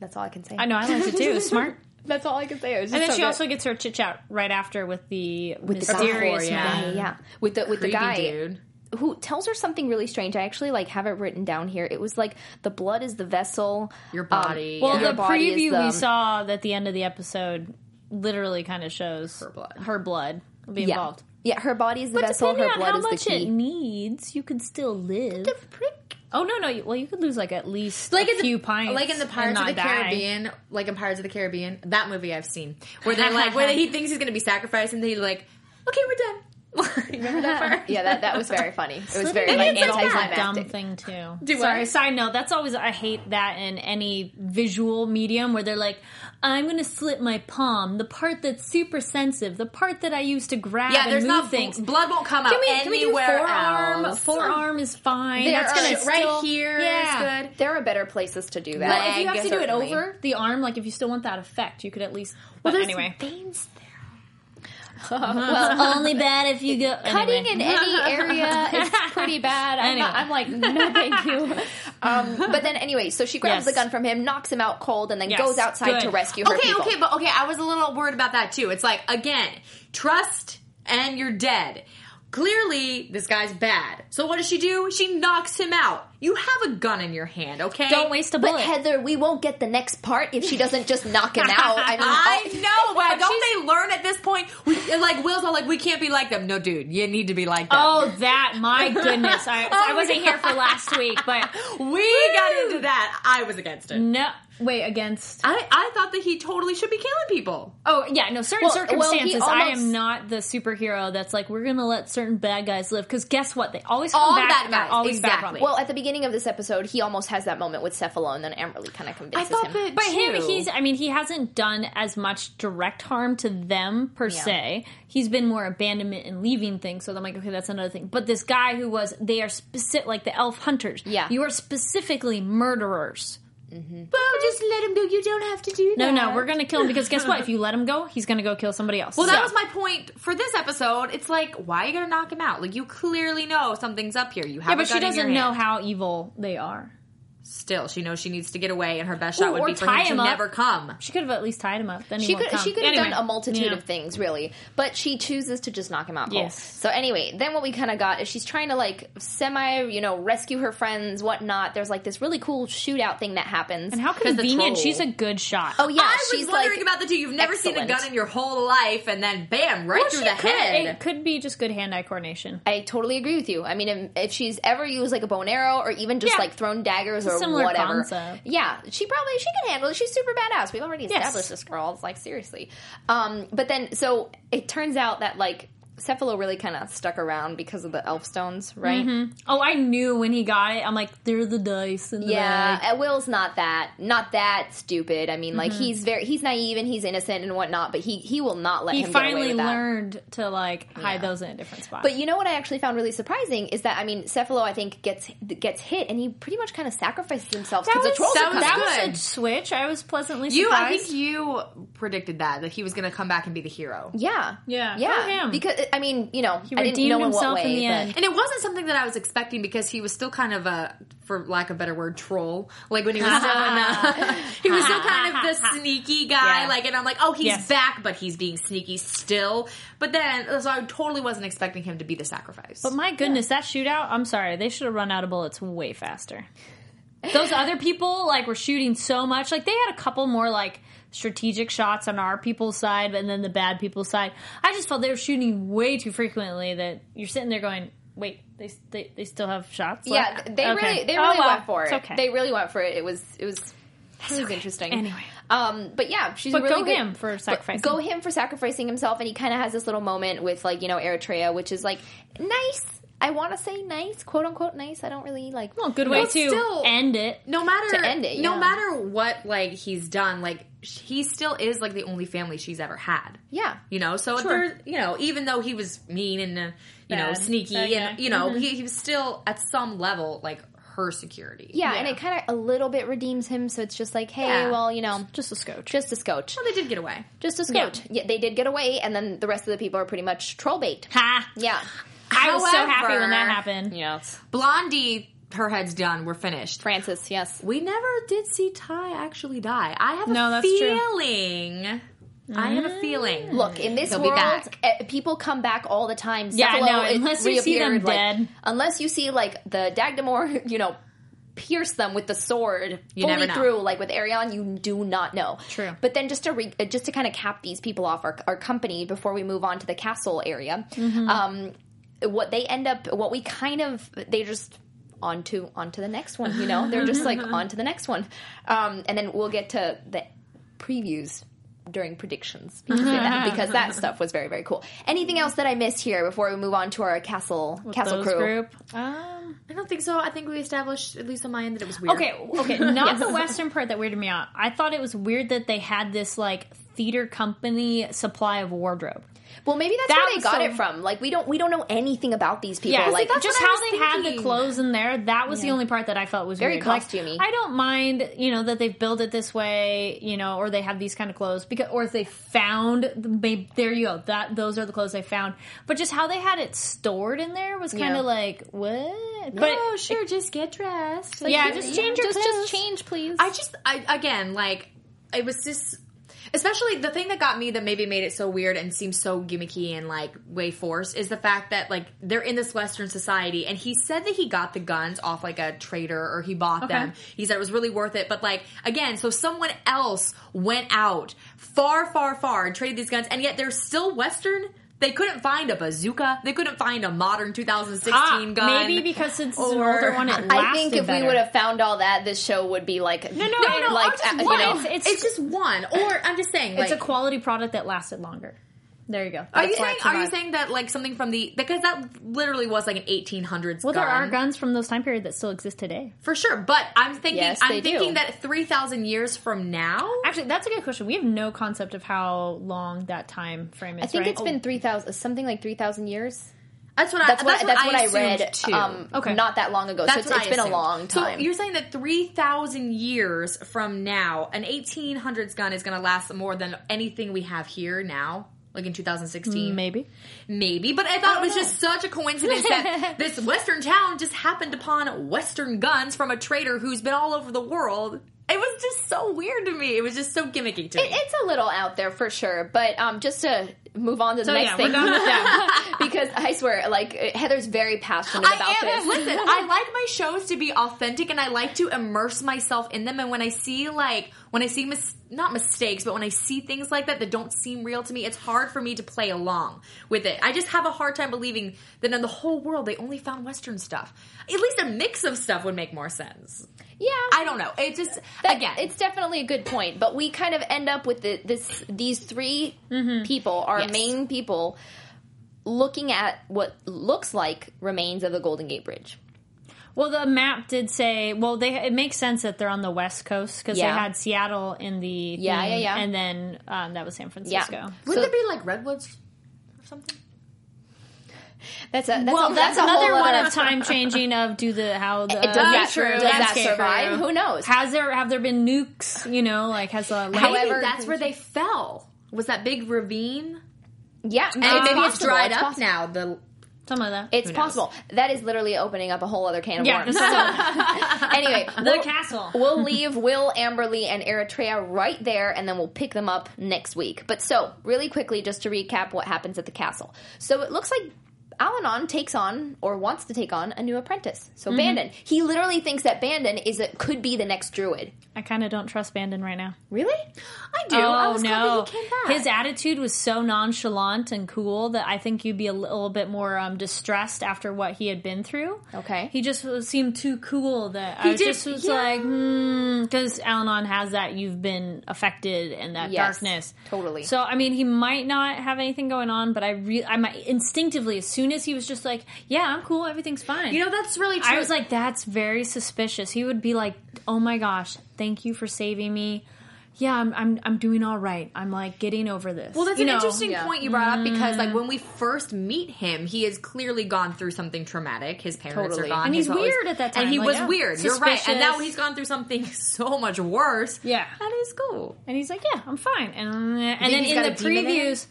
A: That's all I can say.
C: I know. I liked it too. It was smart.
A: That's all I can say. It was just
C: And then
A: so
C: she
A: good.
C: also gets her chit chat right after with the
A: With the
C: mysterious
B: couple, yeah.
C: man.
A: yeah with the with
B: Creepy
A: the guy
B: dude.
A: who tells her something really strange. I actually like have it written down here. It was like the blood is the vessel,
B: Your
A: um,
B: body.
C: Well,
B: yeah.
A: Your
C: the
A: body is
C: preview we
A: the-
C: saw at the end of the episode literally kind of shows her
B: blood.
C: Her blood will be
A: yeah,
C: involved.
A: yeah. Her body is the
C: But
A: vessel.
C: depending
A: Her
C: on
A: blood
C: how
A: is the
C: much
A: key.
C: it needs, you could still live. Oh no, no. you- Well, you could lose like at least
B: like
C: a
B: in
C: few
B: the,
C: pints,
B: like in the
C: and
B: Pirates of
C: not
B: the
C: die.
B: Caribbean, like in Pirates of the Caribbean, that movie I've seen, where they're like, where he thinks he's going to be sacrificed, and they like, okay, we're done. Remember that part?
A: yeah, that that was very funny. It was very
C: Slipping
A: like
C: is always a dumb
A: anticlimactic.
C: thing too.
B: Do
C: Sorry,
B: what?
C: side note. That's always I hate that in any visual medium where they're like, "I'm going to slit my palm, the part that's super sensitive, the part that I use to grab
B: Yeah,
C: and
B: there's
C: move
B: not
C: things."
B: blood won't come out
C: can we, can we do
B: anywhere
C: forearm?
B: else.
C: Forearm is fine.
A: There
C: that's
A: are-
C: gonna
B: right
C: still-
B: here is
C: Yeah.
B: good.
A: There are better places to do that.
C: Well, if you have to do
B: certainly.
C: it over the arm, like if you still want that effect, you could at least. But
B: there's
C: anyway,
B: veins
A: Uh-huh. well,
C: only bad if you go
A: cutting in any area is pretty bad. I'm,
C: Anyway.
A: not, I'm like, no, thank you. Um, but then anyway, so she grabs
C: Yes.
A: the gun from him, knocks him out cold, and then
C: Yes,
A: goes outside
C: good.
A: to rescue her.
B: okay,
A: people.
B: okay, but okay, I was a little worried about that too. It's like again, trust and you're dead. Clearly, this guy's bad. So what does she do? She knocks him out. You have a gun in your hand, okay?
C: Don't waste a bullet.
A: But Heather, we won't get the next part if she doesn't just knock him out. I mean,
B: I
A: all-
B: know, but don't they learn at this point? We like Will's all like, we can't be like them. No, dude, you need to be like them.
C: Oh, that! My goodness, I, I wasn't here for last week, but
B: we got into that. I was against it.
C: no. Wait, against?
B: I, I thought that he totally should be killing people.
C: Oh, yeah, no. Certain
A: Well, well, he
C: circumstances, I
A: almost-
C: am not the superhero that's like we're gonna let certain bad guys live because guess what? They always come
B: All
C: back.
B: bad
C: and
B: guys,
C: they're always bad
B: exactly.
C: from it.
A: well, at the beginning of this episode, he almost has that moment with Cephalo, and then Amberly kind of convinces him.
C: But him, he's, I mean, he hasn't done as much direct harm to them per se. He's been more abandonment and leaving things. So I'm like, okay, that's another thing. But this guy who was, they are specific, like the elf hunters.
A: Yeah.
C: You are specifically murderers.
B: Well, just let him do. You don't have to do
C: No, no, we're going to kill him because guess what? If you let him go, he's going to go kill somebody else.
B: Well, that was my point for this episode. It's like, why are you gonna knock him out? Like, you clearly know something's up here. You have
C: Yeah,
B: a
C: but she
B: gun in your
C: doesn't know
B: hand.
C: how evil they are.
B: Still, she knows she needs to get away, and her best shot
C: Ooh,
B: would
C: or
B: be for
C: tie
B: him to
C: him up.
B: never come.
C: She could have at least tied him up. Then he
A: She
C: won't
A: could
C: come.
A: she could have
C: Anyway,
A: done a multitude
C: yeah.
A: of things really, but she chooses to just knock him out. cold.
C: Yes.
A: So anyway, then what we kind of got is she's trying to like semi, you know, rescue her friends, whatnot. There's like this really cool shootout thing that happens.
C: And how
A: Because the
C: convenient.
A: troll-
C: She's a good shot.
A: oh yeah,
B: I was
A: she's
B: wondering
A: like
B: about the two. You've never seen a
A: excellent.
B: gun in your whole life, and then bam, right
C: Well,
B: through
C: she
B: the
C: could-
B: head.
C: It could be just good hand-eye coordination.
A: I totally agree with you. I mean, if, if she's ever used like a bow and arrow or even just
C: Yeah.
A: like thrown daggers
C: It's
A: or
C: a similar
A: whatever,
C: concept.
A: yeah, she probably she can handle it. She's super badass. We've already
C: Yes.
A: established this girl. It's like seriously. Um, but then so it turns out that like Cephalo really kind of stuck around because of the elf stones, right?
C: Oh, I knew when he got it. I'm like, they're the dice. In the
A: Yeah,
C: bag.
A: and Will's not that not that stupid. I mean, like
C: Mm-hmm.
A: he's very he's naive and he's innocent and whatnot, but he he will not let
C: He
A: him get away
C: finally
A: with that.
C: learned to like hide those in a different spot.
A: But you know what I actually found really surprising is that I mean Cephalo I think gets gets hit and he pretty much kind of sacrifices himself
C: that
A: because the
C: was,
A: trolls
C: that,
A: are
C: was,
A: coming.
C: that
B: good.
C: was a switch. I was pleasantly surprised.
B: You, I think you predicted that that he was going to come back and be the hero.
A: yeah
C: Yeah,
A: yeah
C: go him.
A: because I mean you know he I didn't
C: redeemed
A: know in what
C: himself in
A: way
C: the
A: but-
C: end.
B: And it wasn't something that I was expecting because he was still kind of a, for lack of a better word, troll. Like when he was still in the, he was still kind of the sneaky guy.
A: Yeah.
B: Like, and I'm like, oh, he's
C: Yes.
B: back, but he's being sneaky still. But then, so I totally wasn't expecting him to be the sacrifice.
C: But my goodness, that shootout, I'm sorry, they should have run out of bullets way faster. Those other people, like, were shooting so much. Like, they had a couple more, like, strategic shots on our people's side and then the bad people's side. I just felt they were shooting way too frequently that you're sitting there going, wait, they, they, they still have shots?
A: yeah
C: left?"
A: they
C: Okay.
A: really they
C: Oh,
A: really
C: well,
A: went for it
C: it's okay.
A: they really went for it it was it was it was interesting
C: Anyway.
A: um but yeah she's
C: But
A: a really
C: go
A: good-
C: him for
A: but
C: sacrificing.
A: go him for sacrificing himself and he kind of has this little moment with like you know Eritrea which is like nice I want to say nice quote unquote nice I don't really like
C: well, good way
B: But
C: to
B: still-
C: end it.
B: no matter
A: To end it,
B: no
A: yeah.
B: matter what like he's done like sh- he still is like the only family she's ever had
A: Yeah.
B: you know so
C: Sure.
B: there you know even though he was mean and uh, you know
C: Bad.
B: sneaky
C: Bad
B: and
C: guy. Mm-hmm.
B: you know he, he was still at some level like her security
A: Yeah, and it kind of a little bit redeems him. So it's just like, hey,
B: Yeah.
A: well, you know,
C: Just a scotch.
A: just a scotch,
B: well, they did get away
A: just a scotch. Yeah. they did get away, and then the rest of the people are pretty much troll bait.
C: ha!
A: Yeah,
C: I was so happy when that
B: However-
C: happened.
A: yes,
B: blondie her head's done we're finished
A: Francis, yes.
B: we never did see ty actually die i have
C: No,
B: a
C: that's true.
B: feeling i have a feeling
A: Look, in this
B: They'll be
A: world,
B: back.
A: eh, people come back all the time.
C: Yeah, I
A: Cephalo
C: know,
A: is-
C: unless you see them
A: reappeared, like-
C: dead.
A: unless you see like the Dagdamor, you know, pierce them with the sword
B: You
A: fully
B: never know.
A: through, like with Arion, you do not know.
C: True.
A: But then just to re- eh, just to kind of cap these people off our, our company before we move on to the castle area,
C: Mm-hmm.
A: um, what they end up, what we kind of, they just onto onto the next one. You know, they're just like on to the next one, um, and then we'll get to the previews during predictions because, that, because that stuff was very very cool. Anything else that I missed here before we move on to our castle castle
C: Those
A: crew?
C: group. Um,
B: i don't think so i think we established at least on my end that it was weird
C: Okay, okay, not the western part that weirded me out. I thought it was weird that they had this like theater company supply of wardrobe.
A: Well, maybe that's
C: That
A: where they
C: was
A: got
C: so-
A: it from. Like we don't we don't know anything about these people.
C: Yeah,
A: like
C: just
B: what I
C: how
B: was
C: they had the
B: thinking.
C: clothes in there. That was the only part that I felt was
A: Very
C: weird. Like,
A: costumey.
C: I don't mind, you know, that they've built it this way, you know, or they have these kind of clothes because, or if they found, maybe, there you go. That those are the clothes they found. But just how they had it stored in there was kind of
A: Yeah.
C: like what?
B: oh,
C: but
B: sure, just get dressed.
C: yeah, just change your
A: just
C: clothes.
A: just change, please.
B: I just, I again, like, it was just, especially the thing that got me that maybe made it so weird and seems so gimmicky and like way forced is the fact that like they're in this Western society and he said that he got the guns off like a trader or he bought them. He said it was really worth it, but like again, so someone else went out far, far, far and traded these guns, and yet they're still Western. They couldn't find a bazooka. They couldn't find a modern 2016
C: Ah,
B: gun.
C: maybe because since it's an
B: or-
C: older one, it lasted
A: I think if
C: better.
A: we would have found all that, this show would be like no,
C: no, no,
A: like
C: I'm just
A: uh, you
C: one.
A: know,
C: It's-
B: it's, just one. Or I'm just saying,
C: it's
B: like,
C: a quality product that lasted longer. There you go.
B: are you
C: That's why
B: saying
C: it
B: are you
C: survived.
B: saying that like something from the because that literally was like an 1800s?
C: Well,
B: gun,
C: there are guns from those time period that still exist today.
B: for sure, but I'm thinking
A: Yes, they
B: I'm
A: do.
B: thinking that 3,000 years from now.
C: Actually, that's a good question. We have no concept of how long that time frame is.
A: I think
C: right? Uh,
A: it's been three thousand something like three thousand years.
B: That's what
A: That's
B: I,
A: what
B: that's,
A: that's what I,
B: assumed,
A: read
B: too.
A: um
C: Okay.
A: not that long ago.
B: That's
A: so it's,
B: what I
A: it's been a
B: assumed.
A: long time.
B: So you're saying that 3,000 years from now, an 1800s gun is going to last more than anything we have here now? like in 2016.
C: Maybe.
B: Maybe, but I thought it was just such a coincidence that this Western town just happened upon Western guns from a trader who's been all over the world. It was just so weird to me. It was just so gimmicky to me.
A: It- It's a little out there for sure, but um, just to move on to the
C: So
A: next
C: yeah,
A: thing
C: we're done with that.
A: because I swear, like Heather's very passionate
B: I
A: about
B: am.
A: this.
B: Listen, I like my shows to be authentic, and I like to immerse myself in them. And when I see like when I see mis- not mistakes, but when I see things like that that don't seem real to me, it's hard for me to play along with it. I just have a hard time believing that in the whole world they only found Western stuff. At least a mix of stuff would make more sense.
A: Yeah,
B: I don't know. It just
A: That-
B: again,
A: it's definitely a good point, but we kind of end up with the, this. These 3 people, our
B: Yes.
A: main people, looking at what looks like remains of the Golden Gate Bridge.
C: Well, the map did say. Well, they it makes sense that they're on the west coast because
A: Yeah.
C: they had Seattle in the
A: Yeah,
C: thing,
A: yeah, yeah.
C: and then um, that was San Francisco.
A: Yeah.
B: wouldn't
A: so-
B: there be like redwoods or something?
A: That's a that's
C: Well,
A: a,
C: that's, another
A: whole
C: one
A: other-
C: of time changing of do the how the
A: does that-
C: true,
A: does that
C: landscape
A: survive?
C: grew.
A: Who knows?
C: Has there have there been nukes? You know, like has the
A: However-
B: Maybe that's where they fell. Was that big ravine?
A: Yeah,
B: And
A: it's
B: maybe it's
A: possible,
B: dried up
A: possible.
B: now. The
C: some of that.
A: It's
B: knows?
A: possible. That is literally opening up a whole other can of
C: Yeah.
A: worms. So, anyway,
C: the
A: we'll-
C: castle.
A: we'll leave Will, Amberly, and Eritrea right there, and then we'll pick them up next week. But so, really quickly, just to recap what happens at the castle. So it looks like Alanon takes on or wants to take on a new apprentice. So
C: Mm-hmm.
A: Bandon, he literally thinks that Bandon is a, could be the next druid.
C: I kind of don't trust Bandon right now.
A: Really?
B: I do. I
C: Oh
B: was
C: no!
B: glad that he came back.
C: His attitude was so nonchalant and cool that I think you'd be a little bit more um, distressed after what he had been through.
A: Okay.
C: he just was, seemed too cool that I
B: He
C: was
B: did-
C: just was
B: yeah.
C: like, because Al-Anon has that you've been affected and that
A: Yes,
C: darkness.
A: totally.
C: So I mean, he might not have anything going on, but I re- I might instinctively as soon as he was just like, yeah, I'm cool, everything's fine.
B: you know, that's really true.
C: I was like, that's very suspicious. He would be like, oh my gosh, thank you for saving me. Yeah, I'm I'm, I'm doing all right. I'm like getting over this.
B: well, that's
C: You
B: an
C: know? Mm.
B: interesting
A: yeah.
B: point you brought up because, like, when we first meet him, he has clearly gone through something traumatic. His parents
A: Totally.
B: are gone,
C: And he's
B: always-
C: weird at that time,
B: and he
C: like,
B: was
C: yeah.
B: weird. You're right, and now
C: Suspicious.
B: he's gone through something so much worse.
C: Yeah.
B: that is cool.
C: And he's like, yeah, I'm fine. And, and then
B: he's
C: in
B: got
C: the
B: a demon in him?
C: previews,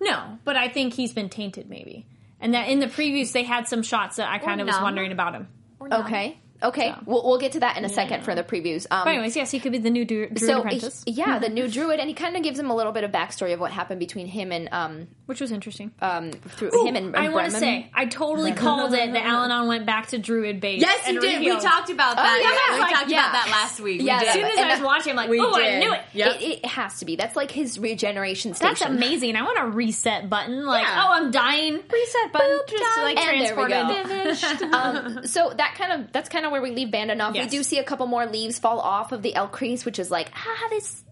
C: no, but I think he's been tainted maybe. And that in the previews they had some shots that I kind of was
B: numb.
C: wondering about him.
A: Okay. Okay. We'll, we'll get to that in a second for the previews. Um,
C: But anyways, yes, he could be the new du- druid
A: so
C: apprentice,
A: he- yeah, the new druid, and he kind of gives him a little bit of backstory of what happened between him and um
C: which was interesting.
B: uh,
A: um through him and, and
C: I want to
A: Bremen.
C: say I totally called it that Al-Anon went back to druid base.
B: Yes, he
C: and
B: did. Oh, We
C: rehealed.
B: talked about that.
A: yeah.
B: we
C: Like,
B: talked
C: yeah.
B: about that last week. We
A: Yes.
C: As
B: did.
C: soon as I was watching, I'm like,
B: We
C: oh, I
B: did.
C: knew it.
B: Yep.
A: It, it has to be. That's like his regeneration station.
C: That's amazing. I want a reset button. Like,
B: Yeah.
C: oh, I'm dying. Reset button. just like
A: And there we
C: transported.
A: Um, so that kind of that's kind of where we leave Bandon off.
C: Yes.
A: We do see a couple more leaves fall off of the elk crease, which is like ah, this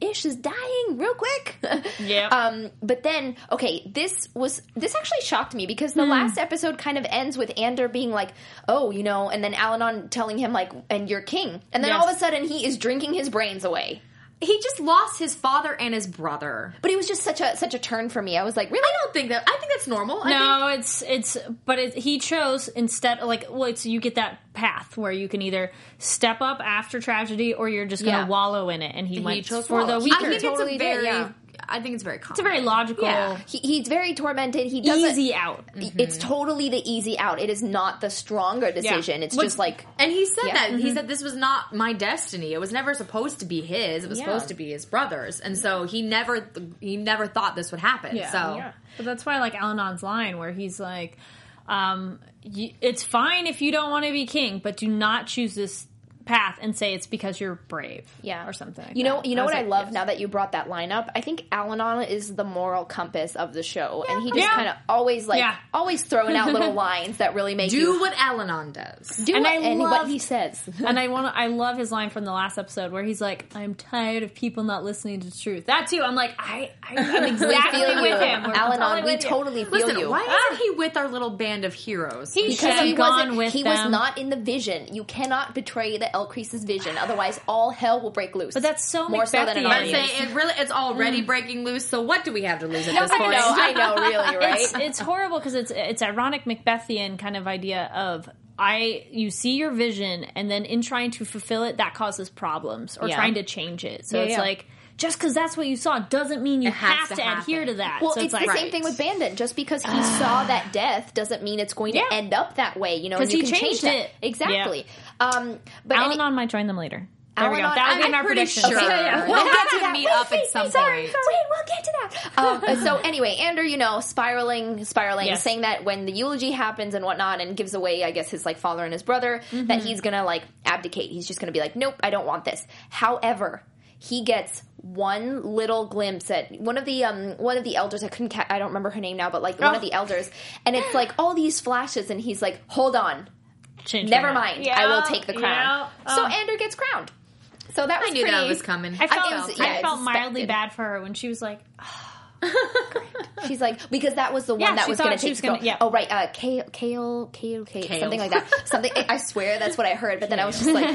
A: ish is dying real quick.
C: Yep.
A: Um, but then okay, this was this actually shocked me because the last episode kind of ends with Ander being like, oh, you know, and then Alanon telling him like, and you're king, and then
C: Yes.
A: all of a sudden he is drinking his brains away.
B: he just lost his father and his brother.
A: But it was just such a such a turn for me. I was like, really?
B: I don't think that. I think that's normal. I think
C: no, it's it's, but it, he chose instead. Like, well, it's you get that path where you can either step up after tragedy or you're just going to
B: Yeah.
C: wallow in it. And he went
B: he chose
C: for the
B: swallows.
C: weaker.
B: I think
A: Totally
B: it's
A: did,
B: a very.
A: yeah.
B: I think it's very. Common.
C: it's a very logical,
B: Yeah.
A: He, he's very tormented. He doesn't.
C: easy out. Mm-hmm.
A: It's totally the easy out. It is not the stronger decision. It's
C: What's-
A: just like
B: And he said
A: Yeah.
B: that. He said this was not my destiny. It was never supposed to be his. It was
A: Yeah.
B: supposed to be his brother's. And so he never he never thought this would happen. So
C: But that's why I like Al-Anon's line where he's like, um, you, it's fine if you don't want to be king, but do not choose this path and say it's because you're brave.
A: yeah
C: Or something. like
A: you know,
C: that.
A: you know
C: was
A: what I
C: like,
A: love
C: yes.
A: now that you brought that line up. I think Alanon is the moral compass of the show, and he just
C: Yeah.
A: kind of always like
C: Yeah.
A: always throwing out little lines that really make
B: do
A: you
B: what Alanon does.
A: do
C: And
A: what,
C: I
A: and what
C: love-
A: he says.
C: and I want to. I love his line from the last episode where he's like, "I'm tired of people not listening to truth." That too. I'm like, I, I I'm exactly
A: feel
C: with
A: you.
C: him. We're
A: Al-Anon, we
C: with you.
A: totally feel
B: Listen,
A: you.
B: why isn't he with our little band of heroes?
C: He should
A: Because he
C: have gone
A: wasn't,
C: with
A: he
C: them.
A: was not in the vision. You cannot betray the Elk Crease's vision, otherwise all hell will break loose.
C: But that's so
A: more so than it
C: Macbethian.
B: I'd
A: already
B: say
A: is.
B: it really it's already breaking loose. So what do we have to lose at this
A: I
B: point?
A: know, I know, really, right?
C: It's, it's horrible because it's it's ironic Macbethian kind of idea of I you see your vision and then in trying to fulfill it that causes problems or
A: Yeah.
C: trying to change it. So
A: Yeah,
C: it's
A: yeah.
C: like just because that's what you saw doesn't mean you
B: It
C: have
B: has to
C: to, adhere
B: happen.
C: to that.
A: Well,
C: so
A: it's,
C: like,
A: the same thing with Bandit. Just because he saw that death doesn't mean it's going to
C: Yeah.
A: end up that way. You know,
C: 'Cause
A: and you
C: he
A: can change
C: changed
A: that.
C: it.
A: Exactly. Um, but
C: Alan
A: any-
C: on might join them later. There we go.
A: Al-Anon-
C: That would be
A: I'm
C: in our
B: pretty
C: prediction.
B: sure. Okay, yeah.
A: We'll
B: They
A: get
B: have
A: to
B: to
A: that.
B: meet
A: Wait,
B: up at
A: wait,
B: some
A: sorry,
B: point.
A: Wait, we'll get to that. Um, so anyway, Andrew, you know, spiraling, spiraling,
C: Yes.
A: saying that when the eulogy happens and whatnot, and gives away, I guess, his like father and his brother, that he's gonna like abdicate. He's just gonna be like, nope, I don't want this. However. He gets one little glimpse at one of the um one of the elders. I couldn't. Ca- I don't remember her name now, but like one of the elders, and it's like all these flashes, and he's like, "Hold on,
C: Change
A: never
C: my
A: mind. I will
C: Yeah,
A: take the crown."
C: yeah,
A: So
C: um,
A: Andrew gets crowned. So that was
B: I knew
A: pretty,
B: that was coming.
C: I felt,
A: it was- yeah,
C: I
A: it's
C: felt mildly
A: expected.
C: bad for her when she was like,
A: She's like because that was the one
C: Yeah,
A: that
C: she
A: was
C: thought
A: going to
C: she
A: take.
C: was
A: the
C: gonna-
A: girl.
C: yeah.
A: Oh right, uh, kale, kale, kale, kale,
B: Kale.
A: something like that. Something. I swear that's what I heard, but then I was just like,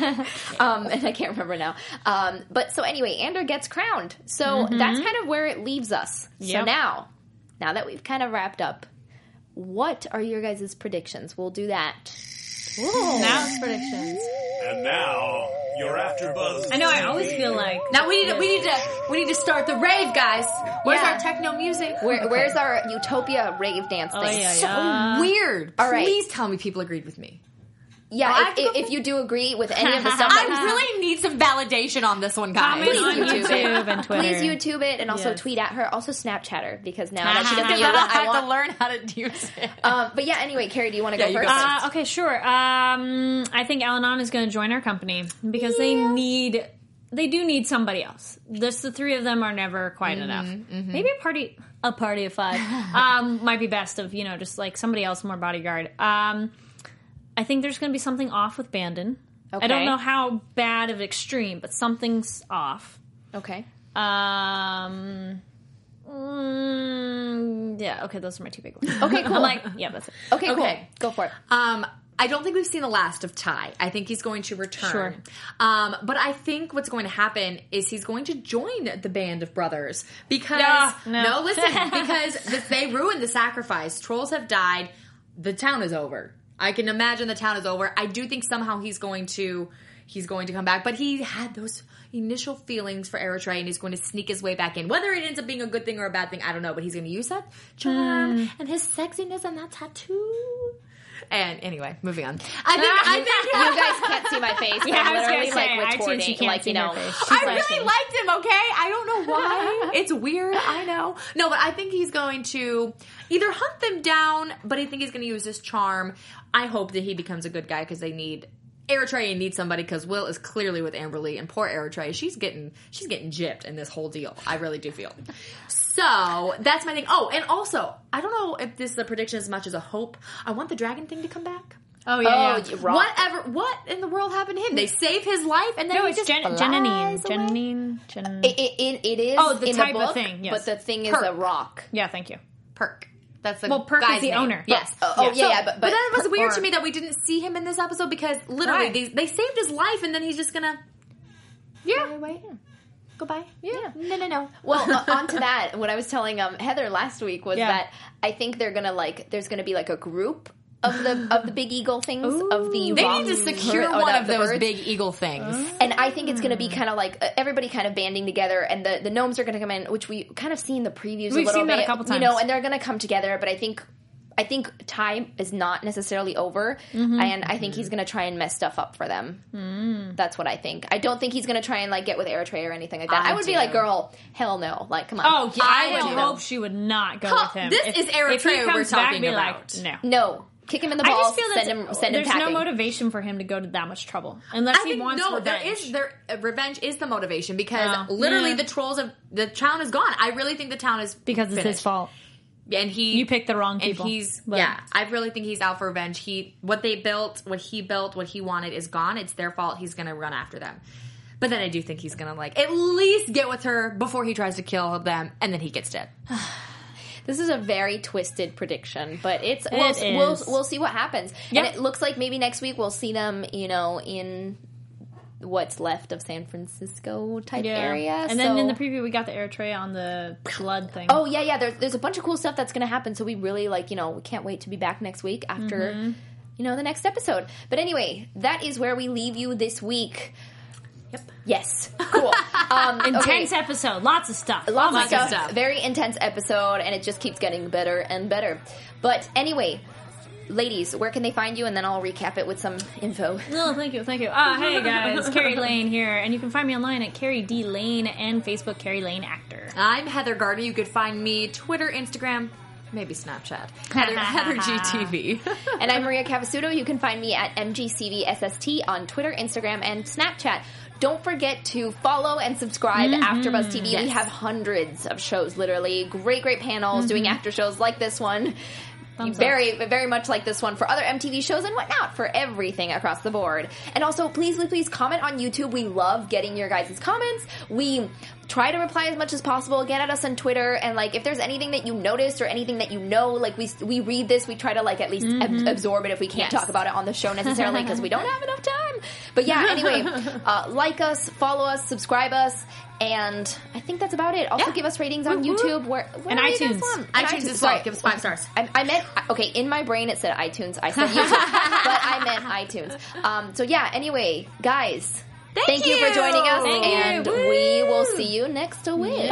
A: um, and I can't remember now. Um, but so anyway, Ander gets crowned. So
B: Mm-hmm.
A: that's kind of where it leaves us. So
C: Yep.
A: now, now that we've kind of wrapped up, what are your guys' predictions? We'll do that. Oh.
C: now it's predictions.
D: And now, you're after Buzz.
C: I know, I always feel like.
B: Now we need to, we need to we need to start the rave, guys. Where's
A: Yeah.
B: our techno music?
A: Where, Where's our Utopia rave dance thing?
C: Oh, yeah,
B: so weird.
A: All right.
B: Please tell me people agreed with me.
A: Yeah,
B: I
A: if,
B: have to
A: if,
B: go-
A: if you do agree with any of the stuff,
B: Uh-huh. I
A: that we
B: really need some validation on this one, guys.
C: Comment on
A: YouTube it.
C: YouTube and Twitter.
A: Please YouTube it and also
C: Yes.
A: tweet at her. Also Snapchat her because now that she doesn't
B: Because
A: know
B: I
A: that I
B: have
A: want.
B: to learn how to do it.
A: Um, but yeah, anyway, Carrie, do you want to
B: Yeah,
A: go
B: you
A: first?
B: go first.
C: Uh, okay, sure. Um, I think Al-Anon is going to join our company because they need, they do need somebody else. Just the three of them are never quite
A: Mm-hmm,
C: enough. Maybe a party, a party of five, um, might be best of you know just like somebody else more bodyguard. Um, I think there's going to be something off with Bandon. I
A: Okay.
C: don't know how bad of extreme, but something's off.
A: Uh, okay.
C: Um, mm, yeah. Okay, those are my two big ones.
A: Okay, cool.
C: I'm like, yeah, that's it.
A: okay,
B: Okay.
A: cool. Go for it.
B: Um, I don't think we've seen the last of Ty. I think he's going to return.
C: Sure.
B: Um, but I think what's going to happen is he's going to join the band of brothers because
C: No,
B: no,
C: no.
B: listen, because th- they ruined the sacrifice. Trolls have died. The town is over. I can imagine the town is over. I do think somehow he's going to he's going to come back, but he had those initial feelings for Eritrea and he's going to sneak his way back in. Whether it ends up being a good thing or a bad thing, I don't know, but he's going to use that charm and his sexiness and that tattoo. And anyway, moving on. I think I think
A: Ah, You guys can't see my face. But
C: Yeah,
A: I'm
C: I was gonna
A: literally
C: say,
A: like
C: I too, she
A: retorting,
C: can't
A: like you
C: see my
A: know.
C: face. She's
B: I
C: like-
B: really liked him, okay? I don't know why. it's weird, I know. No, but I think he's going to either hunt them down, but I think he's going to use his charm. I hope that he becomes a good guy because they need Eritrea needs somebody because Will is clearly with Amberly and poor Eritrea. She's getting she's getting gypped in this whole deal. I really do feel. So that's my thing. Oh, and also, I don't know if this is a prediction as much as a hope. I want the dragon thing to come back.
C: Oh
A: Oh,
C: yeah. yeah.
A: you rock.
B: Whatever. What in the world happened to him? They save his life, and then
C: No,
B: he
C: it's
B: just
C: Jen-
B: flies
C: Jenanine.
B: away?
C: Jenanine. Jen-
A: It, it, it, it is
C: Oh, the
A: in
C: type
A: the
C: of
A: book,
C: thing, yes.
A: but the thing is
B: Perk.
A: a rock.
C: yeah, thank you.
B: Perk. That's the
C: Well, Perk is
B: guy's
C: the
B: name.
C: owner.
B: Yes.
A: Oh, oh, yeah, yeah, but-
B: but,
A: but
B: that was
A: Perk-
B: weird
A: or-
B: to me that we didn't see him in this episode because literally
C: Right.
B: they, they saved his life and then he's just gonna yeah goodbye yeah. no no no
A: Well, uh, on to that, what I was telling um, Heather last week was
C: Yeah.
A: that I think they're gonna like there's gonna be like a group of the of the big eagle things of the
B: they
A: rock
B: need to secure
A: bird- or
B: one
A: the-
B: of
A: the
B: those
A: birds.
B: big eagle things.
A: And I think it's going to
C: Hmm.
A: be kind of like uh, everybody kind of banding together, and the, the gnomes are going to come in, which we kind of seen the previews.
C: We've
A: a little
C: seen that a
A: bit,
C: couple
A: you know,
C: times.
A: and they're going to come together. But I think, I think time is not necessarily over,
C: Mm-hmm.
A: and I think he's going to try and mess stuff up for them.
C: Hmm.
A: That's what I think. I don't think he's going to try and like get with Eritrea or anything like that. I,
B: I
A: would be
B: do.
A: like, girl, hell no, like come on.
C: Oh, yeah, I,
B: I
C: would
B: know.
C: hope she would not go
B: Huh,
C: with him.
B: this is Eritrea
C: if he
B: we're
C: comes back,
B: talking
C: be
B: about.
C: Like, no.
A: no, kick him in the
C: I
A: balls.
C: just feel that
A: send him, send him
C: there's no
A: packing.
C: motivation for him to go to that much trouble unless
B: I
C: he
B: think
C: wants
B: no,
C: revenge.
B: there is there uh, revenge is the motivation because
C: Oh.
B: literally
C: Yeah.
B: the trolls of the town is gone. I really think the town is
C: because it's his
B: finished.
C: fault.
B: and he
C: You picked the wrong people.
B: And he's
C: But-
B: yeah, I really think he's out for revenge. He what they built, what he built, what he wanted is gone. It's their fault. He's gonna run after them. But then I do think he's gonna like at least get with her before he tries to kill them, and then he gets dead.
A: This is a very twisted prediction, but it's
C: It
A: we'll, we'll
C: is.
A: we'll see what happens.
C: Yep.
A: And it looks like maybe next week we'll see them, you know, in what's left of San Francisco type
C: Yeah.
A: area.
C: and then in the
A: so-
C: preview, we got the Eritrea on the blood thing.
A: oh yeah, yeah. There's there's a bunch of cool stuff that's going to happen. So we really like you know we can't wait to be back next week after
C: Mm-hmm.
A: you know the next episode. But anyway, that is where we leave you this week.
B: Yep.
A: Yes. Cool. Um, okay.
C: Intense episode, lots of stuff. Oh
A: Lots of
C: Lots
A: stuff. Very intense episode, and it just keeps getting better and better. But anyway, ladies, where can they find you? And then I'll recap it with some info.
C: No, thank you, thank you. Uh, hey guys, Carrie Lane here, and you can find me online at Carrie D Lane and Facebook Carrie Lane Actor.
B: Ah,
E: I'm Heather Gardner. You could find me Twitter, Instagram, maybe Snapchat. Heather, Heather GTV.
A: and I'm Maria Cavasudo. You can find me at MGCVSST on Twitter, Instagram, and Snapchat. Don't forget to follow and subscribe AfterBuzz TV. We have hundreds of shows, literally. Great, great panels doing after shows like this one. very, very much like this one for other MTV shows and whatnot for everything across the board. And also, please, please, please comment on YouTube. We love getting your guys' comments. We try to reply as much as possible. Get at us on Twitter and like if there's anything that you noticed or anything that you know, like we we read this, we try to like at least ab-
C: Mm-hmm.
A: absorb it if we can't talk about it on the show necessarily because we don't have enough time. But yeah, anyway, uh, like us, follow us, subscribe us. And I think that's about it. Also, give us ratings on YouTube where, where
C: And
A: do you guys
C: iTunes.
A: want? And
B: iTunes as well.
A: sorry.
B: Give us five stars.
A: I, I meant okay. In my brain, it said iTunes. I said YouTube, but I meant iTunes. Um, so yeah. Anyway, guys, thank, you. for
E: you.
A: joining us,
C: Thank you.
A: and we will see you next week.